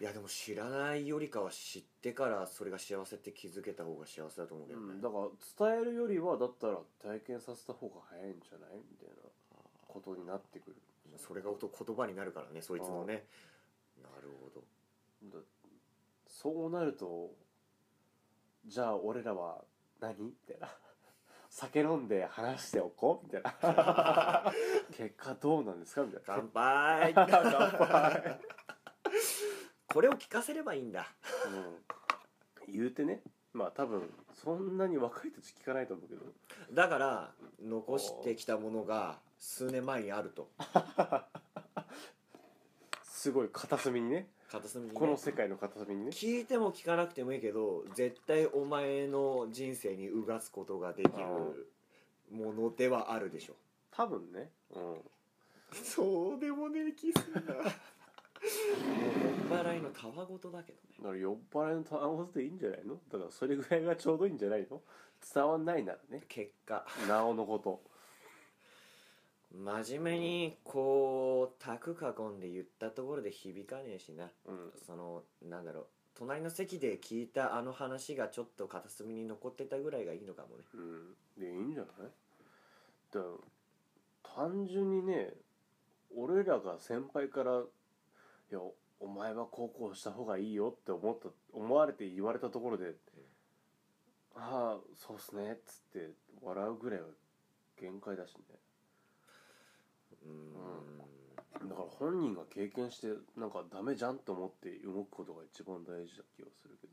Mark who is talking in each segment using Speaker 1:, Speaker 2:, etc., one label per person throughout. Speaker 1: いやでも知らないよりかは知ってからそれが幸せって気づけた方が幸せだと思うけどね、
Speaker 2: だから伝えるよりはだったら体験させた方が早いんじゃないみたいなことになってくる
Speaker 1: それが音言葉になるからねそいつのねなるほど
Speaker 2: だそうなるとじゃあ俺らは何みたいな 酒飲んで話しておこうみたいな 結果どうなんですかみたいな
Speaker 1: 乾杯 これを聞かせればいいんだ
Speaker 2: うん、言うてねまあ多分そんなに若い時聞かないと思うけど
Speaker 1: だから残してきたものが数年前にあると
Speaker 2: すごい片隅にね
Speaker 1: 片隅にね
Speaker 2: この世界の片隅にね
Speaker 1: 聞いても聞かなくてもいいけど絶対お前の人生にうがつことができるものではあるでしょ
Speaker 2: 多分ねうん
Speaker 1: そうでもねえキスだもう酔っ払いのたわごとだけどね
Speaker 2: だから酔っ払いの合わせでいいんじゃないのだからそれぐらいがちょうどいいんじゃないの伝わんないならね
Speaker 1: 結果
Speaker 2: なおのこと
Speaker 1: 真面目にこう卓囲んで言ったところで響かねえしな
Speaker 2: うん
Speaker 1: そのなんだろう隣の席で聞いたあの話がちょっと片隅に残ってたぐらいがいいのかもね
Speaker 2: うんでいいんじゃないだから単純にね俺らが先輩から「いやお前は高校した方がいいよ」って思った思われて言われたところで「ああそうっすね」っつって笑うぐらいは限界だしね
Speaker 1: うーん
Speaker 2: だから本人が経験してなんかダメじゃんと思って動くことが一番大事な気がするけ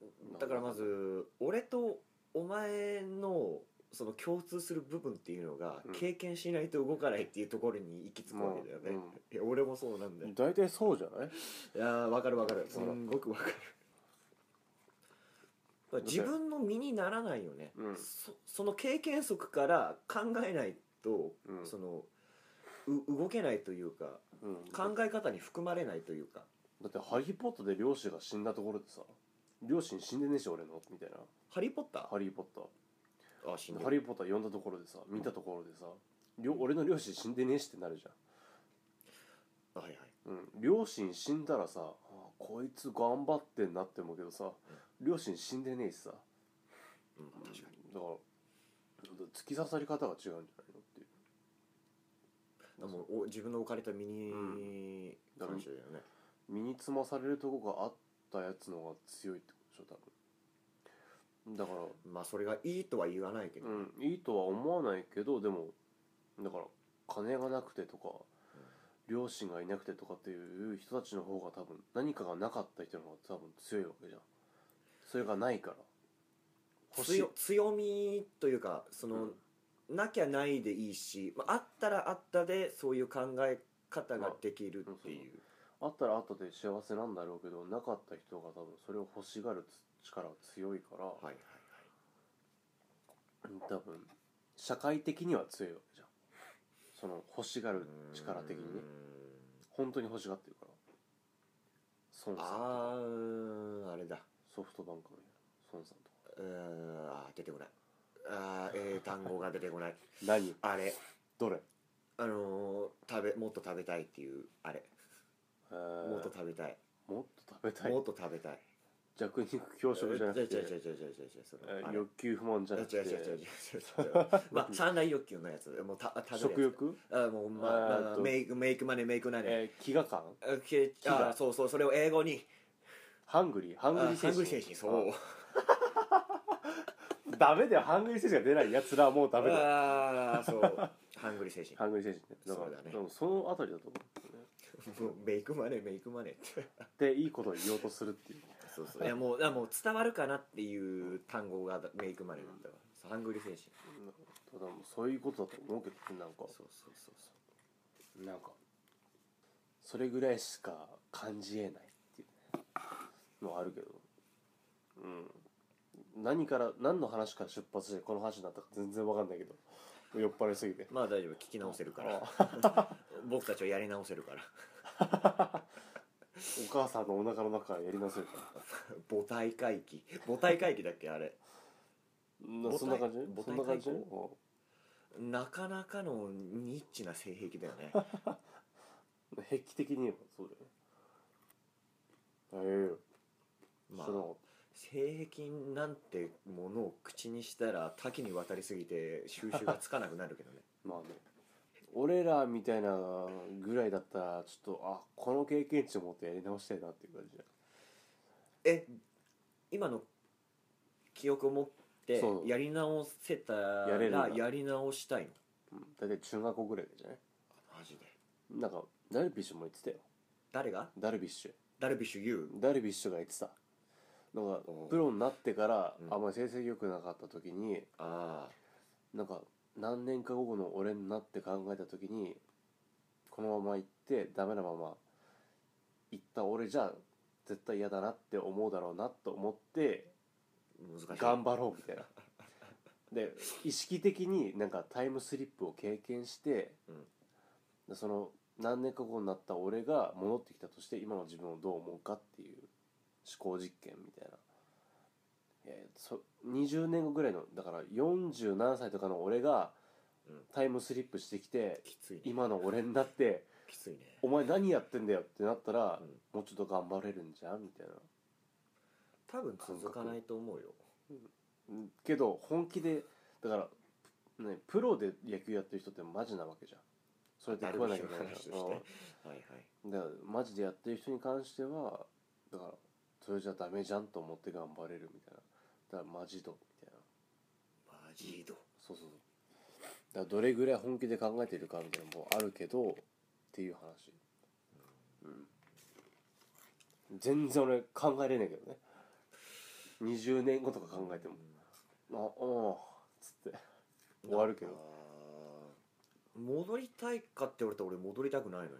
Speaker 2: どね
Speaker 1: だからまず俺とお前のその共通する部分っていうのが
Speaker 2: うん
Speaker 1: 経験しないと動かないっていうところに行き着くわけだよね、
Speaker 2: まあうん
Speaker 1: いや俺もそうなんだよ
Speaker 2: 大体そうじゃない
Speaker 1: いやーわかるわかるす
Speaker 2: ほら
Speaker 1: んごくわかる自分の身にならないよね、
Speaker 2: うん
Speaker 1: そその経験則から考えないと、
Speaker 2: うん
Speaker 1: そのう動けないというか
Speaker 2: うん
Speaker 1: 考え方に含まれないというか
Speaker 2: だってハリー・ポッターで両親が死んだところでさ両親死んでねえし俺のみたいな
Speaker 1: 「ハリー・ポッター
Speaker 2: ハリー・ポッタ」
Speaker 1: あ死ん
Speaker 2: ー
Speaker 1: で
Speaker 2: ハ
Speaker 1: る
Speaker 2: リー・ポッター呼んだところでさ見たところでさ両俺の両親死んでねえしってなるじゃん
Speaker 1: はいはい
Speaker 2: うん、両親死んだらさあこいつ頑張ってんなって思うけどさ両親死んでねえしさだか
Speaker 1: うん確かに
Speaker 2: ら突き刺さり方が違うんじゃないのっていう
Speaker 1: でもお自分の置かれた身に
Speaker 2: うん
Speaker 1: 関してだよね、
Speaker 2: 身につまされるとこがあったやつの方が強いってことでしょ多分だから
Speaker 1: まあそれがいいとは言わないけど、
Speaker 2: うん、いいとは思わないけどでもだから金がなくてとか、両親がいなくてとかっていう人たちの方が多分何かがなかった人の方が多分強いわけじゃんそれがないから
Speaker 1: 強強みというかその、なきゃないでいいし、まあ、あったらあったでそういう考え方ができるっていう、
Speaker 2: あったらあったで幸せなんだろうけどなかった人が多分それを欲しがる力が強いから、
Speaker 1: はいはい
Speaker 2: うん多分社会的には強いわけじゃんその欲しがる力的にね本当に欲しがってるから孫さんとか
Speaker 1: あーあれだ
Speaker 2: ソフトバンクの孫さんとか
Speaker 1: うーんあー出てこないあーえー、単語が出てこない
Speaker 2: 何
Speaker 1: あれ
Speaker 2: どれ
Speaker 1: あのー、食べもっと食べたいっていうあれ
Speaker 2: えー
Speaker 1: もっと食べたい、
Speaker 2: もっと食べたい
Speaker 1: もっと食べたい
Speaker 2: 弱肉強食じゃなくて
Speaker 1: 違う違う違う違う違う違うその
Speaker 2: えー
Speaker 1: あれ
Speaker 2: 欲求不満じゃなくて
Speaker 1: 違う違う違う違う違う 違うまあ三大欲求のやつもうた食べるやつ
Speaker 2: 食欲
Speaker 1: あもうまあ
Speaker 2: えーっと
Speaker 1: メイクメイクマネーメイクマネー
Speaker 2: えー飢餓感
Speaker 1: あけ
Speaker 2: 飢
Speaker 1: あ
Speaker 2: 餓
Speaker 1: そうそうそれを英語に
Speaker 2: ハングリーハン
Speaker 1: あ
Speaker 2: グリー精
Speaker 1: ハン
Speaker 2: 神
Speaker 1: グリー精神そう
Speaker 2: あダメだよハングリー精神が出ないやつらはもうダメだよ
Speaker 1: ああそうハングリー 精神
Speaker 2: ハングリー精神ねだから
Speaker 1: そうだね
Speaker 2: でもそのあたりだと思うんですよね
Speaker 1: もうメイクマネーメイクマネーって
Speaker 2: でいいことを言おうとするっていう
Speaker 1: そうそういやもうあもう伝わるかなっていう単語がメイクマネーだったわそうハングリー精神
Speaker 2: ただもうそういうことだと思うけどねなんか
Speaker 1: そうそうそうそう
Speaker 2: なんかそれぐらいしか感じえないっていうのはあるけどうん何から何の話から出発してこの話になったか全然わかんないけど酔っ払いすぎて
Speaker 1: まあ大丈夫聞き直せるから僕たちはやり直せるから
Speaker 2: お母さんのお腹の中からやりなさいから
Speaker 1: 母体回帰母体回帰だっけあれ
Speaker 2: なそんな感じ
Speaker 1: 母体
Speaker 2: そんな感じ
Speaker 1: 母体なかなかのニッチな性癖だよね
Speaker 2: うん壁的に言えばそうだよねええ
Speaker 1: まあ
Speaker 2: その
Speaker 1: 性癖なんてものを口にしたら多岐に渡りすぎて収拾がつかなくなる けどね
Speaker 2: まあね俺らみたいなぐらいだったらちょっとあこの経験値を持ってやり直したいなっていう感じだ
Speaker 1: え今の記憶を持って
Speaker 2: そう
Speaker 1: やり直せた
Speaker 2: やれるん
Speaker 1: ら
Speaker 2: だ
Speaker 1: やり直したいの
Speaker 2: うん大体中学校ぐらいでじゃない
Speaker 1: マジで
Speaker 2: なんかダルビッシュも言ってたよ
Speaker 1: 誰が
Speaker 2: ダルビッシュ
Speaker 1: ダルビッシュ有
Speaker 2: ダルビッシュが言ってたなんか
Speaker 1: うん
Speaker 2: プロになってから
Speaker 1: うん
Speaker 2: あんまり成績良くなかった時に
Speaker 1: ああ
Speaker 2: なんか何年か後の俺になって考えた時にこのまま行ってダメなまま行った俺じゃ絶対嫌だなって思うだろうなと思って
Speaker 1: 難しい
Speaker 2: 頑張ろうみたいなで意識的になんかタイムスリップを経験して、でその何年か後になった俺が戻ってきたとして今の自分をどう思うかっていう思考実験みたいないやいやそ20年後ぐらいのだから47歳とかの俺が
Speaker 1: うん
Speaker 2: タイムスリップしてきて、
Speaker 1: きついね
Speaker 2: 今の俺になって
Speaker 1: きついね
Speaker 2: 「お前何やってんだよ」ってなったら、
Speaker 1: うん
Speaker 2: もうちょっと頑張れるんじゃんみたいな
Speaker 1: 多分続かないと思うよ
Speaker 2: うんけど本気でだから、ね、プロで野球やってる人ってマジなわけじゃんそれで
Speaker 1: ダル
Speaker 2: 食
Speaker 1: ビ
Speaker 2: わ
Speaker 1: ッ
Speaker 2: な
Speaker 1: シ
Speaker 2: きゃ
Speaker 1: ュ
Speaker 2: い
Speaker 1: の
Speaker 2: け
Speaker 1: 話として
Speaker 2: ないじゃんうん
Speaker 1: はいはい
Speaker 2: だからマジでやってる人に関してはだからそれじゃダメじゃんと思って頑張れるみたいなだからマジ度みたいな
Speaker 1: マジド
Speaker 2: そうそうそうだからどれぐらい本気で考えてるかみたいなのもあるけどっていう話うん全然俺考えれないけどね20年後とか考えても「ああー」っつって終わるけど
Speaker 1: あー戻りたいかって言われたら俺戻りたくないのよ、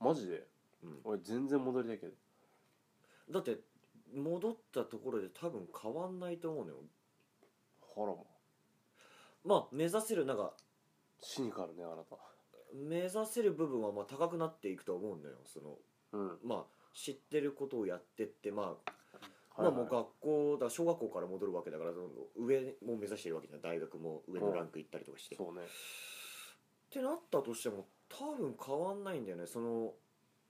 Speaker 2: マジで
Speaker 1: うん
Speaker 2: 俺全然戻りたいけど
Speaker 1: だって戻ったところで多分変わんないと思うのよ
Speaker 2: ほらも
Speaker 1: まあ目指せるなんか
Speaker 2: うシニカルねあなた
Speaker 1: 目指せる部分はまあ高くなっていくとは思うのよその
Speaker 2: うん、はい
Speaker 1: まあ知ってることをやってってまあ
Speaker 2: は
Speaker 1: まあ
Speaker 2: い
Speaker 1: もう学校だ小学校から戻るわけだからどんどん上も目指してるわけじゃん大学も上のランク行ったりとかして、っ
Speaker 2: そうね
Speaker 1: てなったとしても多分変わんないんだよねその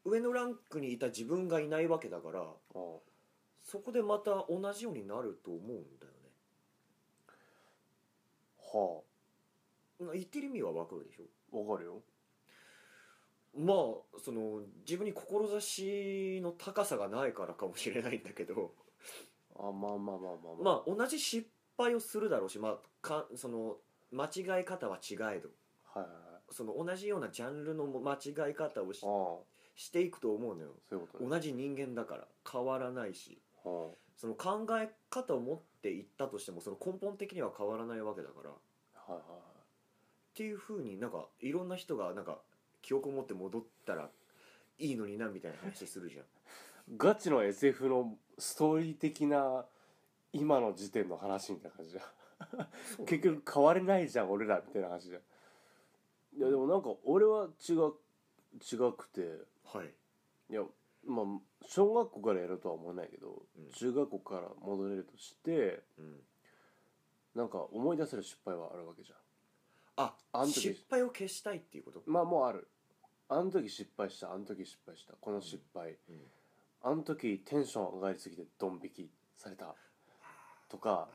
Speaker 1: 上のランクにいた自分がいないわけだから
Speaker 2: うん
Speaker 1: そこでまた同じようになると思うんだよ
Speaker 2: は
Speaker 1: ねな言ってる意味はわかるでしょ
Speaker 2: あわかるよ
Speaker 1: まあその自分に志の高さがないからかもしれないんだけど
Speaker 2: あまあまあまあまあまあ
Speaker 1: まあ同じ失敗をするだろうし、まあ、かその間違い方は違えど
Speaker 2: はいはいはい
Speaker 1: その同じようなジャンルの間違い方をし
Speaker 2: ああそ
Speaker 1: していくと思うのよ
Speaker 2: ういうことね
Speaker 1: 同じ人間だから変わらないし
Speaker 2: は
Speaker 1: その考え方を持っていったとしてもその根本的には変わらないわけだからっ
Speaker 2: あはいはいはい
Speaker 1: ていうふうになんかいろんな人がなんか記憶を持って戻ったらいいのになみたいな話するじゃん
Speaker 2: ガチの SF のストーリー的な今の時点の話みたいな感じ じゃん結局変われないじゃん俺らみたいな話じゃんいやでもなんか俺は違う違くて
Speaker 1: はい
Speaker 2: いやまあ小学校からやるとは思わないけど、
Speaker 1: うん
Speaker 2: 中学校から戻れるとして
Speaker 1: うん
Speaker 2: なんか思い出せる失敗はあるわけじゃ
Speaker 1: あ
Speaker 2: あん時
Speaker 1: 失敗を消したいっていうこと
Speaker 2: んまあもうあるあの時失敗したあの時失敗したこの失敗、
Speaker 1: うんうん
Speaker 2: あの時テンション上がりすぎてドン引きされたとか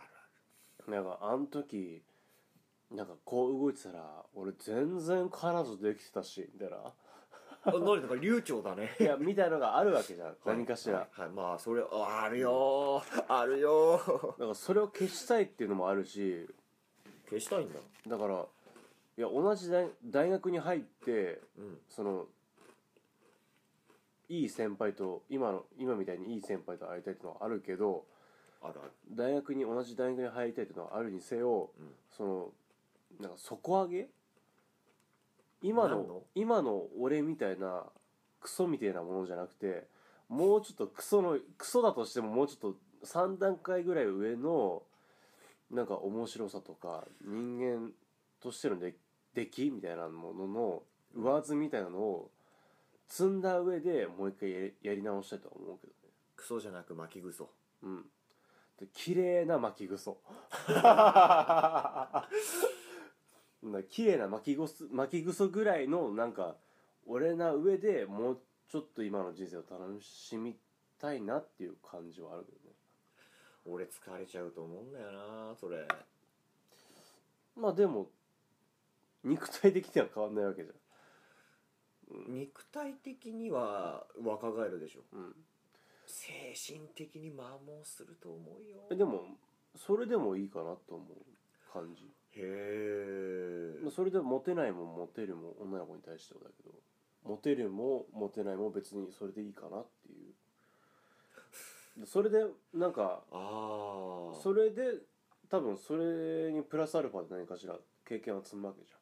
Speaker 2: なんかあの時なんかこう動いてたら俺全然彼女できてたしみたいな
Speaker 1: あ何だか流暢だね
Speaker 2: いやみたいのがあるわけ じゃん 何かしら、
Speaker 1: はい、はいまあそれああるよーあるよー
Speaker 2: だからそれを消したいっていうのもあるし
Speaker 1: 消したいんだ
Speaker 2: だからいや同じ大大学に入って
Speaker 1: うん
Speaker 2: そのいい先輩と今の今みたいにいい先輩と会いたいっていうのはあるけど
Speaker 1: あるある
Speaker 2: 大学に同じ大学に入りたいっていうのはあるにせよ、
Speaker 1: うん
Speaker 2: そのなんか底上げ今の
Speaker 1: 何の
Speaker 2: 今の俺みたいなクソみたいなものじゃなくてもうちょっとクソのクソだとしてももうちょっと3段階ぐらい上のなんか面白さとか人間としてので出来みたいなものの上積みみたいなのを積んだ上でもう一回やりやり直したいとは思うけどね
Speaker 1: クソじゃなく巻きぐそ
Speaker 2: うんで綺麗な巻きぐそ な綺麗な巻きぐそ巻きぐそぐらいのなんか俺な上でもうちょっと今の人生を楽しみたいなっていう感じはあるけどね
Speaker 1: 俺疲れちゃうと思うんだよなそれ
Speaker 2: まあでも肉体的には変わんないわけじ
Speaker 1: 肉体的には若返るでしょ
Speaker 2: ゃん、
Speaker 1: 精神的に摩耗すると思う
Speaker 2: うん、
Speaker 1: よ
Speaker 2: でもそれでもいいかなと思う感じ、
Speaker 1: へえ
Speaker 2: まあ、それでモテないもモテるも女の子に対してはだけどモテるもモテないも別にそれでいいかなっていうでそれでなんか
Speaker 1: ああ
Speaker 2: それで多分それにプラスアルファで何かしら経験は積むわけじゃん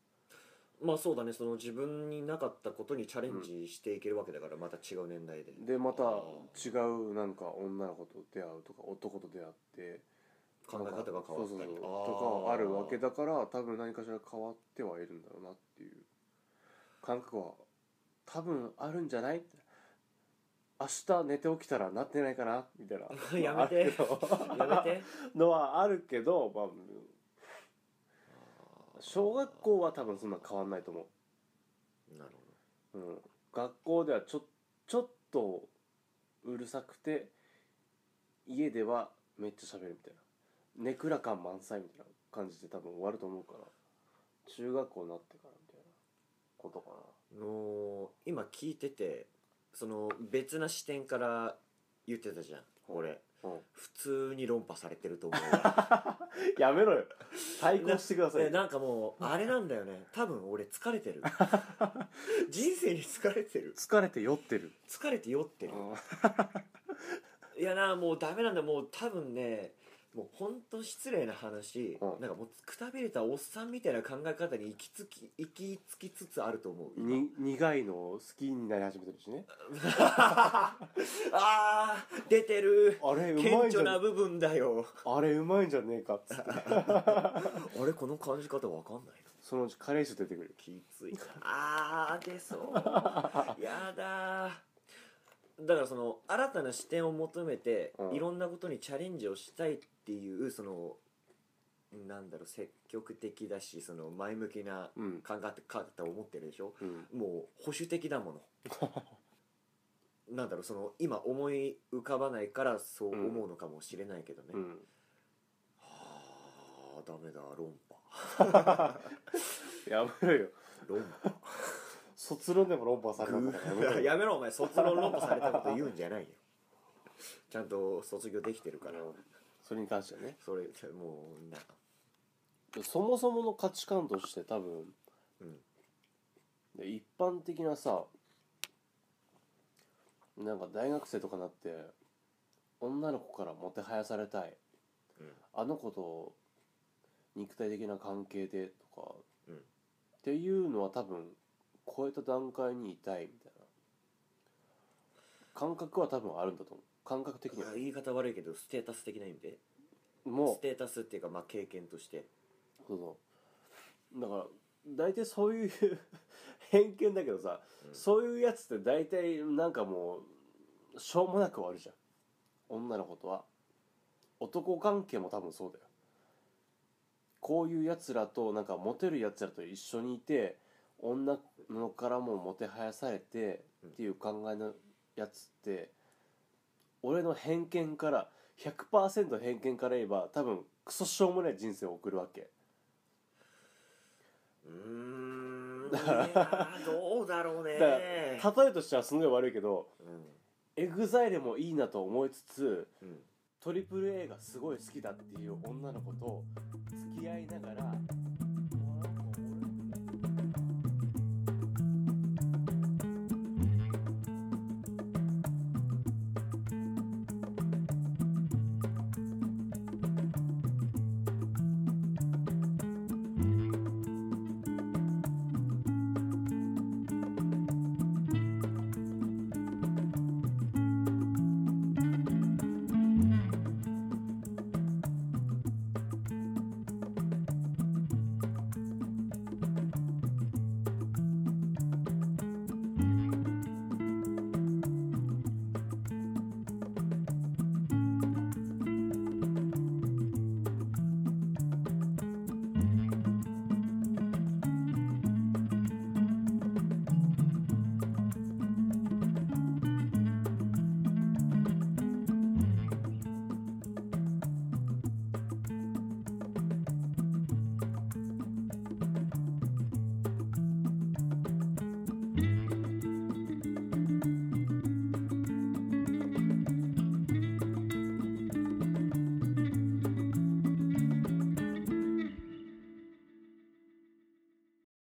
Speaker 1: まあそうだねその自分になかったことにチャレンジしていけるわけだから、また違う年代で
Speaker 2: でまた
Speaker 1: あ
Speaker 2: 違うなんか女の子と出会うとか男と出会って
Speaker 1: 考え方が変わったり
Speaker 2: そうそうそ
Speaker 1: あ
Speaker 2: う
Speaker 1: ー
Speaker 2: とかはあるわけだから多分何かしら変わってはいるんだろうなっていう感覚は多分あるんじゃない明日寝て起きたらなってないかなみたい な
Speaker 1: やめて やめて
Speaker 2: のはあるけど、まあ、小学校は多分そんな変わんないと思う
Speaker 1: なるほ
Speaker 2: うん、学校ではちょちょっとうるさくて家ではめっちゃ喋るみたいなネクラ感満載みたいな感じで多分終わると思うから中学校になってからみたいなことか
Speaker 1: どの今聞いててその別な視点から言ってたじゃん俺
Speaker 2: な、うん、
Speaker 1: 普通に論破されてると思う わ
Speaker 2: やめろよ対抗してください
Speaker 1: え
Speaker 2: よ
Speaker 1: なんかもうあれなんだよね多分俺疲れて る人生に疲れてる
Speaker 2: 疲れて酔ってる、
Speaker 1: 疲れて酔って
Speaker 2: う
Speaker 1: る
Speaker 2: ん
Speaker 1: いやなもうダメなんだもう多分ねもう本当失礼な話、
Speaker 2: うん
Speaker 1: なんかもうくたびれたおっさんみたいな考え方に行きつき行きつきつつあると思う今
Speaker 2: に苦いのを好きになり始めてるしね
Speaker 1: あー出てる
Speaker 2: あれう
Speaker 1: 顕
Speaker 2: まいんじゃ
Speaker 1: 著
Speaker 2: ね
Speaker 1: な部分だよ
Speaker 2: あれうまいんじゃねえかっつって
Speaker 1: あれこの感じ方わかんないの
Speaker 2: そのうちカレー臭出てくる
Speaker 1: きつ いあー出そうやだーだからその新たな視点を求めて、
Speaker 2: うん
Speaker 1: いろんなことにチャレンジをしたいっていうそのなんだろう積極的だしその前向きな
Speaker 2: うん、
Speaker 1: 考え方を持ってるでしょ
Speaker 2: うん、
Speaker 1: もう保守的だものなんだろうその今思い浮かばないからそう思うのかもしれないけどね、
Speaker 2: うん
Speaker 1: はあダメだ論破
Speaker 2: やめろよ
Speaker 1: 論破
Speaker 2: 卒論でも論破されたんだ からやめろよ
Speaker 1: やめろお前卒論論破されたこと言うんじゃないよちゃんと卒業できてるから
Speaker 2: それに関してはね
Speaker 1: それもうな
Speaker 2: そもそもの価値観として多分、
Speaker 1: うん
Speaker 2: で一般的なさなんか大学生とかなって女の子からもてはやされたい、
Speaker 1: うん
Speaker 2: あの子と肉体的な関係でとか、
Speaker 1: うん
Speaker 2: っていうのは多分超えた段階にいたいみたいな感覚は多分あるんだと思う感覚的には
Speaker 1: 言い方悪いけどステータス的な意味で
Speaker 2: もう
Speaker 1: ステータスっていうかまあ経験として
Speaker 2: そうそうだから大体そう いう偏見だけどさ、
Speaker 1: うん
Speaker 2: そういうやつって大体なんかもうしょうもなく終わるじゃん女の子とは男関係も多分そうだよこういうやつらとなんかモテるやつらと一緒にいて女の子からももてはやされて
Speaker 1: うん
Speaker 2: っていう考えのやつって俺の偏見から100%偏見から言えば多分クソしょうもない人生を送るわけ
Speaker 1: う ーんいやーどうだろうね
Speaker 2: だから例えとしてはすごい悪いけど
Speaker 1: うん
Speaker 2: エグザイルもいいなと思いつつ
Speaker 1: うん
Speaker 2: トリプル a がすごい好きだっていう女の子と付き合いながら